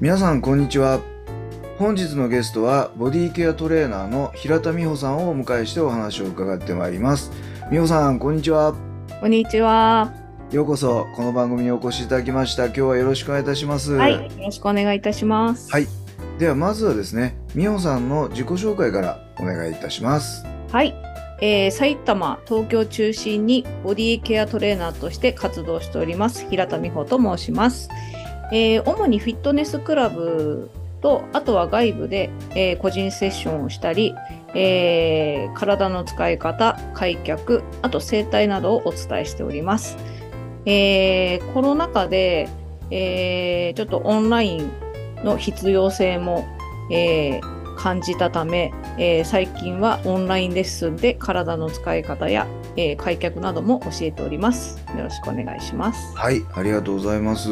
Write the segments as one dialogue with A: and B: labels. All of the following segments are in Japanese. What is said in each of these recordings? A: 皆さんこんにちは本日のゲストはボディケアトレーナーの平田美穂さんをお迎えしてお話を伺ってまいります美穂さんこんにちは
B: こんにちは。
A: ようこそこの番組にお越しいただきました今日はよろしくお願いいたします
B: はい、よろしくお願いいたします。
A: はいではまずはですね美穂さんの自己紹介からお願いいたします
B: はい、えー埼玉、東京中心にボディケアトレーナーとして活動しております。平田美穂と申します。えー主にフィットネスクラブとあとは外部で、えー個人セッションをしたり、えー体の使い方、開脚、あと整体などをお伝えしております。えーコロナ禍で、えーちょっとオンラインの必要性も、えー感じたため、えー最近はオンラインレッスンで体の使い方や、えー開脚なども教えております。よろしくお願いします。
A: はいありがとうございます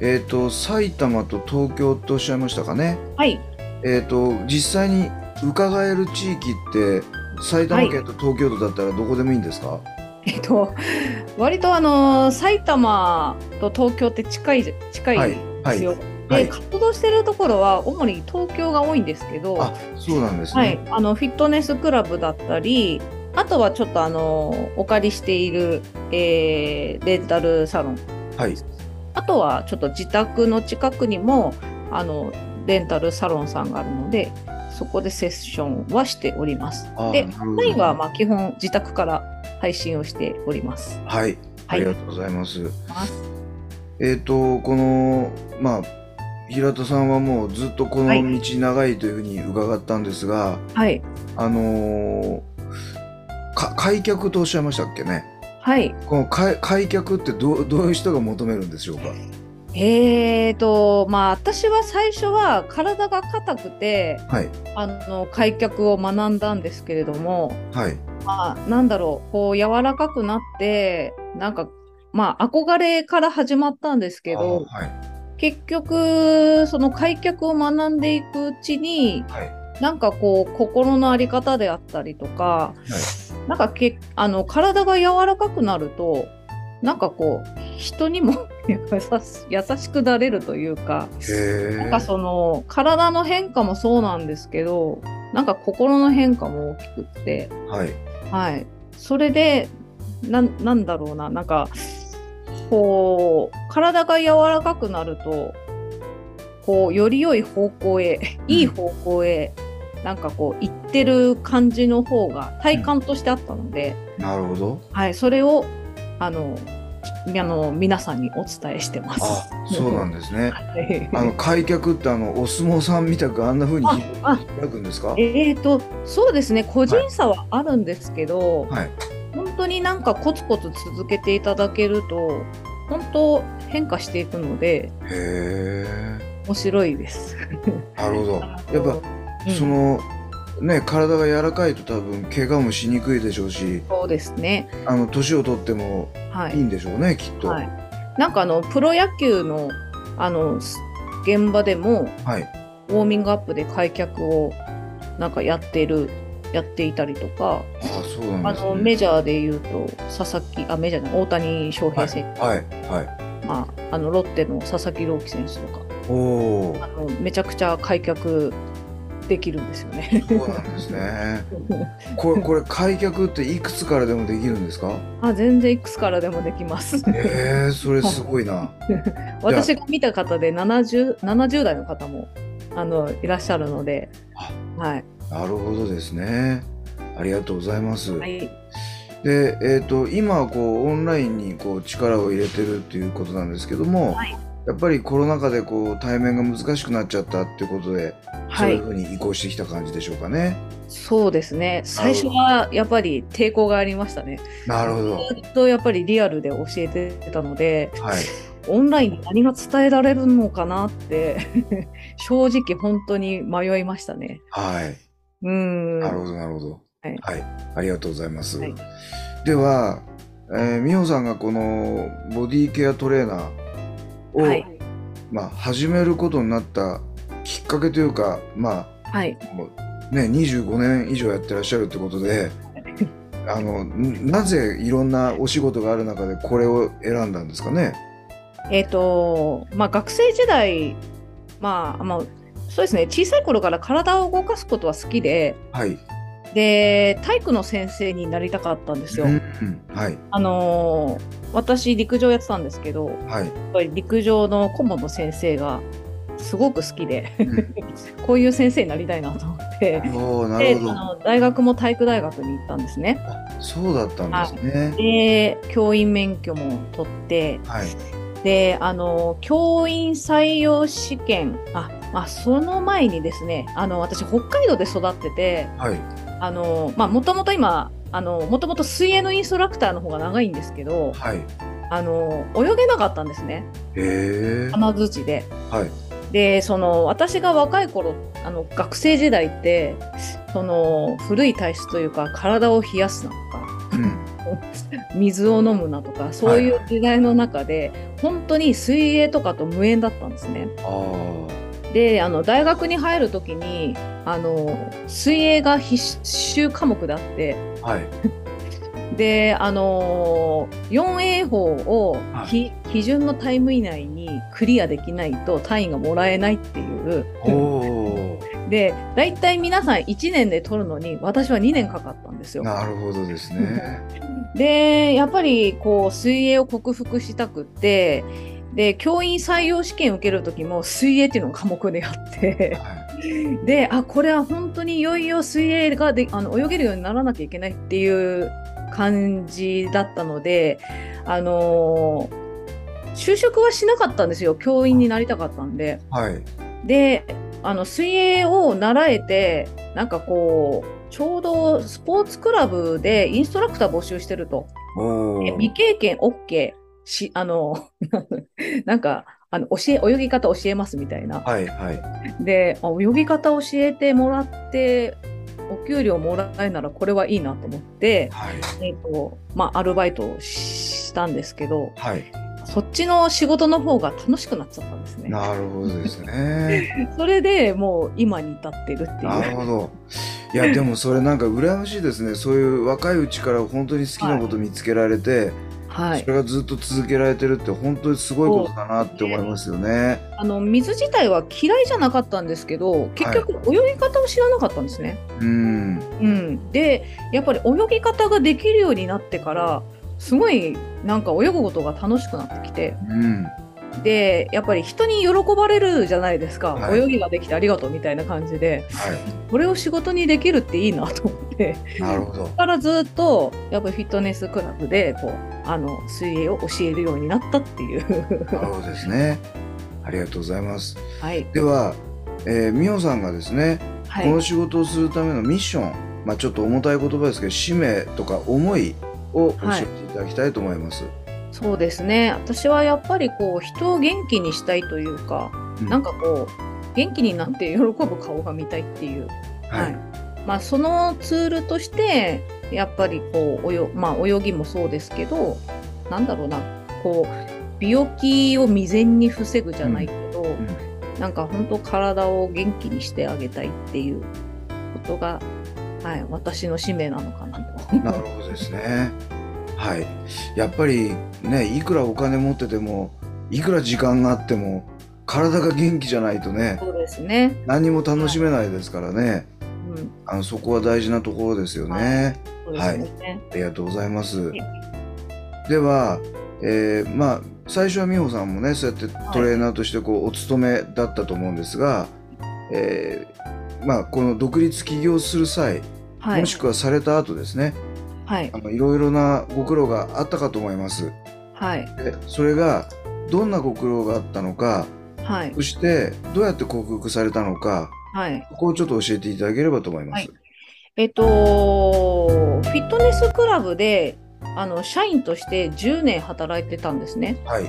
A: えっ、と埼玉と東京とおっしゃいましたかね
B: はい、
A: えっ、と実際に伺える地域って埼玉県と東京都だったらどこでもいいんですか、
B: えっと、割とあのー埼玉と東京って近い近いですよ。で、
A: はい
B: 活動してるところは主に東京が多いんですけど、
A: あそうなんですね、
B: はい、あのフィットネスクラブだったりあとはちょっとあのお借りしている、えーレンタルサロン
A: はい
B: あとはちょっと自宅の近くにもあのレンタルサロンさんがあるのでそこでセッションはしております
A: あ
B: で
A: なるほど
B: メインはまあ基本自宅から配信をしております
A: はいあ
B: はい
A: りがとうございます、
B: ます
A: えっ、とこのまあ平田さんはもうずっとこの
B: はい
A: 道長いというふうに伺ったんですが、
B: はい
A: あのーか開脚とおっしゃいましたっけね
B: はい
A: この開開脚ってどうどういう人が求めるんでしょうか
B: えーとまあ私は最初は体が硬くて
A: はい
B: あの開脚を学んだんですけれども
A: はい
B: まあ、なんだろう、こう、柔らかくなって、なんか、まあ、憧れから始まったんですけど、
A: あはい
B: 結局、その開脚を学んでいくうちに、
A: はい
B: なんかこう、心のあり方であったりとか、なんかけあの、体が柔らかくなると、なんかこう、人にも 優し優しくなれるというか、
A: へ
B: なん
A: え
B: かその、体の変化もそうなんですけど、なんか心の変化も大きくって、
A: はい
B: はい、それでなんなんだろうななんかこう体が柔らかくなるとこうより良い方向へいい方向へ、なんかこう行ってる感じの方が体感としてあったので、
A: なるほど
B: はい、それをあのみあの皆さんにお伝えしてます。
A: あそうなんですね
B: はい
A: あの開脚ってあのお相撲さんみたくあんな風に
B: ああ
A: 開くんですかはい
B: えー、とそうですね個人差はあるんですけど、
A: はい
B: 本当になんかコツコツ続けていただけると本当変化していくので
A: へえ
B: 面白いです。
A: なるほどやっぱ、
B: うん
A: そのね体が柔らかいと多分怪我もしにくいでしょうし
B: そうですね、
A: あの年を取っても
B: はい
A: い
B: い
A: んでしょうねきっと
B: はい、なんかあのプロ野球のあのす現場でも
A: はい
B: ウォーミングアップで開脚をなんかやってるやっていたりとか、
A: あそうな
B: あ
A: んです
B: の
A: ね
B: メジャーでいうと佐々木あメジャーじゃない大谷翔平選手、
A: はいはい
B: まあ、あのロッテの佐々木朗希選手とか
A: おお
B: あのめちゃくちゃ開脚できるんですよ ね。
A: そうなんですね これこれ開脚っていくつからでもできるんですか
B: あ全然いくつからでもできます。
A: えー、それすごいな
B: 私が見た方で 70, 70代の方もあのいらっしゃるので、はい
A: なるほどですねありがとうございます、
B: はい
A: でえっ、と今はこうオンラインにこう力を入れてるっていうことなんですけども、やっぱりコロナ禍でこう対面が難しくなっちゃったっていうことで、
B: は
A: そうい
B: いう
A: ふうに移行してきた感じでしょうかね。
B: そうですね最初はやっぱり抵抗がありましたね
A: なるほど。
B: ずっとやっぱりリアルで教えてたので
A: はい。
B: オンラインに何が伝えられるのかなって正直本当に迷いましたね
A: はい。
B: うーん
A: なるほど、なるほど。
B: はい
A: ありがとうございます。
B: はい
A: では、えー美穂さんがこのボディケアトレーナーを、
B: はい
A: まあ、始めることになったきっかけというか、ま
B: はい
A: あ、もうね、25年以上やってらっしゃるってこと で、あのんなぜいろんなお仕事がある中でこれを選んだんですかね。
B: えっ、とまあ学生時代まあまあそうですね小さい頃から体を動かすことは好きで
A: はい。
B: で体育の先生になりたかったんですよ。
A: うんうんはい。
B: あのー私陸上やってたんですけど
A: はい。
B: やっぱり陸上の顧問の先生がすごく好きで
A: うん、
B: こういう先生になりたいなと思って
A: おお、な
B: で
A: る
B: あ
A: ほど。
B: の大学も体育大学に行ったんですね。
A: そうだったんですね。
B: で教員免許も取って
A: はい。
B: であの教員採用試験あ、まあ、その前にですねあの私北海道で育ってて
A: はい。
B: あのまあもともと今あのもともと水泳のインストラクターの方が長いんですけど
A: はい。へ
B: あの泳げなかったんですね
A: え。
B: 花槌で。
A: はい。
B: でその私が若い頃あの学生時代ってその古い体質というか体を冷やすなとか
A: うん
B: 水を飲むなとかそうい
A: はいう
B: 時代の中で、本当に水泳とかと無縁だったんですね。
A: ああ
B: であの大学に入る時にあの水泳が必修科目であって
A: はい
B: であの 4A 法を、
A: はい
B: き基準のタイム以内にクリアできないと単位がもらえないっていう
A: おお
B: で大体皆さん1年で取るのに私は2年かかったんですよ。
A: なるほどですね
B: でやっぱりこう水泳を克服したくってで教員採用試験受ける時も水泳っていうのが科目であって。
A: は
B: であこれは本当にいよいよ水泳がであの泳げるようにならなきゃいけないっていう感じだったのであのー就職はしなかったんですよ教員になりたかったんで。
A: いはい
B: であの水泳を習えてなんかこうちょうどスポーツクラブでインストラクター募集してると
A: おお
B: で未経験 OK しあの なんかあの教え泳ぎ方教えますみたいな
A: はいはい
B: であ泳ぎ方教えてもらってお給料もらえるならこれはいいなと思って、
A: はい
B: えーとまあ、アルバイトをしたんですけど
A: はい
B: そっちの仕事の方が楽しくなっちゃったんですね。
A: なるほどですね
B: それでもう今に至ってるってい
A: なる
B: う。
A: ほどいやでもそれなんか羨ましいですねそういう若いうちから本当に好きなこと見つけられて、
B: はい
A: そ、れがずっと続けられてるって本当にすごいことだなって思いますよね
B: あの水自体は嫌いじゃなかったんですけど結局泳ぎ方を知らなかったんですね。
A: うん
B: うん、でやっぱり泳ぎ方ができるようになってからすごいなんか泳ぐことが楽しくなってきて
A: うん
B: でやっぱり人に喜ばれるじゃないですか、
A: はい
B: 泳ぎができてありがとうみたいな感じで
A: は
B: これを仕事にできるっていいなと思って
A: いなるほど
B: そこからずっとやっぱりフィットネスクラブでこうあの水泳を教えるようになったっていう。
A: なるほどですねありがとうございます
B: はい、
A: で は、えー、美穂さんがですね
B: は
A: この
B: い
A: 仕事をするためのミッション、まあ、ちょっと重たい言葉ですけど使命とか思いを教えていただきたいと思います。
B: そうですね私はやっぱりこう人を元気にしたいというか、
A: うん
B: なんかこう元気になって喜ぶ顔が見たいっていう、
A: は
B: はいいまあ、そのツールとしてやっぱりこうおよ、まあ、泳ぎもそうですけどなんだろうなこう病気を未然に防ぐじゃないけど、
A: ん
B: なんか本当体を元気にしてあげたいっていうことが、はい、私の使命なのかなと。
A: なるほどですね。はい、やっぱりねいくらお金持っててもいくら時間があっても体が元気じゃないとね
B: そうですね、
A: 何も楽しめないですからね
B: うん、
A: あのそこは大事なところですよね。
B: そうですね、
A: ありがとうございます。では、えーまあ最初は美穂さんもねそうやってトレーナーとしてこうお勤めだったと思うんですが、えーまあこの独立起業する際、
B: はい、
A: もしくはされた後ですね
B: はい
A: あのいろいろなご苦労があったかと思います。
B: はい
A: でそれがどんなご苦労があったのか
B: はい。
A: そしてどうやって克服されたのか
B: はい。
A: ここをちょっと教えていただければと思います。
B: えっと、フィットネスクラブで、あの、社員として10年働いてたんですね。
A: はい、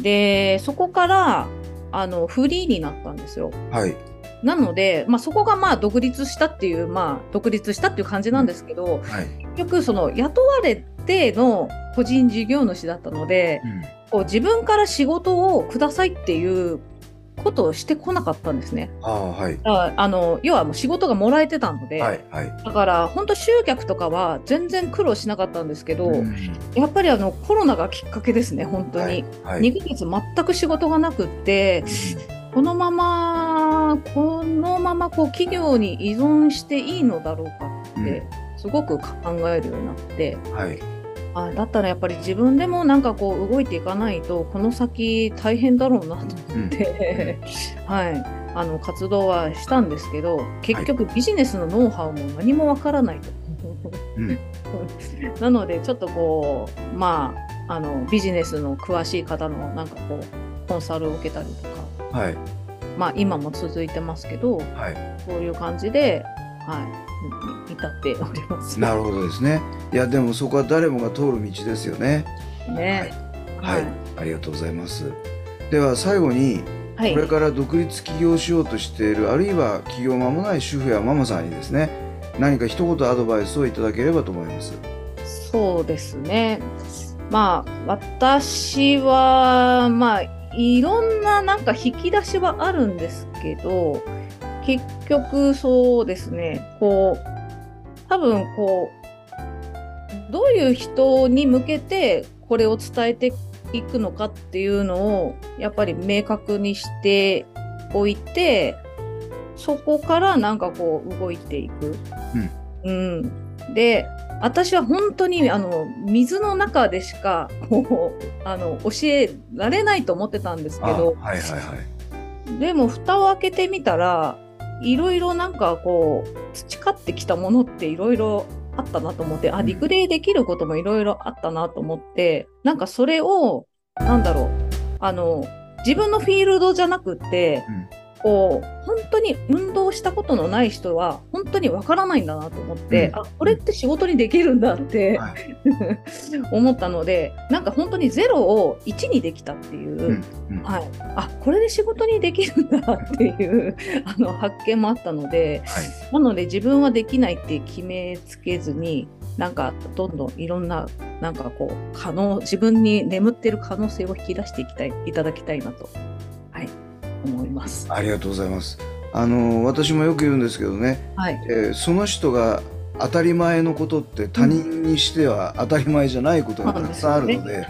B: で、そこから、あの、フリーになったんですよ。
A: はい、
B: なので、まあ、そこがまあ独立したっていう、まあ、独立したっていう感じなんですけど、
A: はい、
B: 結局その雇われての個人事業主だったので、こう自分から仕事をくださいっていうことをしてこなかったんですね。
A: ああはい、
B: ああの要はもう仕事がもらえてたので、
A: はい、はい。
B: だから本当集客とかは全然苦労しなかったんですけど、
A: うん
B: やっぱりあのコロナがきっかけですね本当に。、
A: はい、はい
B: 2ヶ月全く仕事がなくって、このままこのままこう企業に依存していいのだろうか
A: う
B: っ
A: ん
B: てすごく考えるようになって、
A: はい、
B: あだったらやっぱり自分でもなんかこう動いていかないとこの先大変だろうなと
A: う
B: 思っ
A: ん
B: て、 はい、あの活動はしたんですけど結局ビジネスのノウハウも何もわからないと。
A: うん
B: なのでちょっとこうまああのビジネスの詳しい方のなんかこうコンサルを受けたりとか
A: はい、
B: まあ、今も続いてますけど、
A: はい。
B: こういう感じで、はい、至っております。
A: なるほどですね。いやでもそこは誰もが通る道ですよね。
B: ね。
A: はい、ありがとうございます。では最後に
B: はい。
A: こ
B: は
A: れ
B: い。
A: から独立起業しようとしているあるいは起業間もない主婦やママさんにですね何か一言アドバイスをいただければと思います。
B: そうですね。まあ、私は、まあ、いろんななんか引き出しはあるんですけど、結局そうですね、こう、多分こう、どういう人に向けてこれを伝えていくのかっていうのを、やっぱり明確にしておいて、そこからなんかこう動いていく。うん。で、私は本当にあの水の中でしかこうあの教えられないと思ってたんですけど、
A: はいはいはい。
B: でも蓋を開けてみたらいろいろなんかこう培ってきたものっていろいろあったなと思って、
A: う
B: あ
A: ん
B: リクレイできることもいろいろあったなと思ってなんかそれをなんだろうあの自分のフィールドじゃなくて、こう本当に運動したことのない人は本当にわからないんだなと思って、
A: うん
B: あこれって仕事にできるんだって、
A: は
B: 思ったのでなんか本当にゼロを1にできたっていう。
A: うんうんは
B: はい、あこれで仕事にできるんだっていうあの発見もあったので
A: い
B: なので自分はできないって決めつけずになんかどんどんいろんななんかこう可能自分に眠ってる可能性を引き出していきたいいただきたいなと、はい、思います。
A: ありがとうございます。あの私もよく言うんですけどね、
B: はい、
A: えーその人が当たり前のことって他人にしては当たり前じゃないことがたくさんあるので、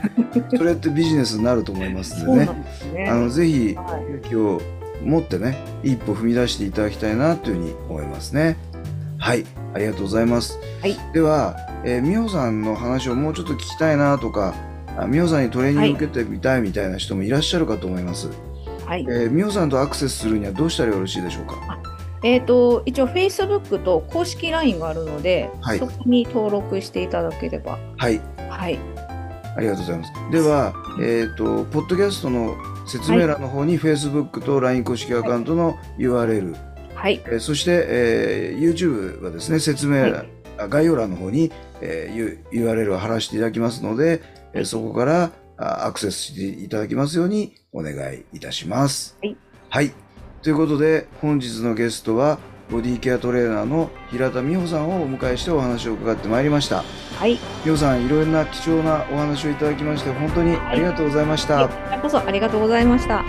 A: それってビジネスになると思います
B: そ
A: の
B: う
A: で
B: な
A: ね。
B: んですね
A: あのぜひ
B: はい
A: 勇気を持ってね一歩踏み出していただきたいなというふうに思いますねはいありがとうございます、
B: はい
A: では、えー、美穂さんの話をもうちょっと聞きたいなとかあ美穂さんにトレーニングを受けてみたいみたいな人もいらっしゃるかと思います、
B: はい
A: えー美穂さんとアクセスするにはどうしたらよろしいでしょうか
B: えー、と一応 Facebook と公式 LINE があるので、
A: はい
B: そこに登録していただければ、
A: はい
B: はい、
A: ありがとうございますではえっ、とポッドキャストの説明欄の方に Facebook と LINE 公式アカウントの URL、
B: はい、
A: えーそして、えー YouTube はですね説明欄、あ概要欄の方に、えー U- URL を貼らせていただきますので、えーそこからあアクセスしていただきますようにお願いいたします。
B: はい、
A: ということで本日のゲストはボディケアトレーナーの平田美穂さんをお迎えしてお話を伺ってまいりました。
B: はい、
A: 美穂さんいろんな貴重なお話をいただきまして本当にありがとうございました。
B: こちらこそありがとうございました。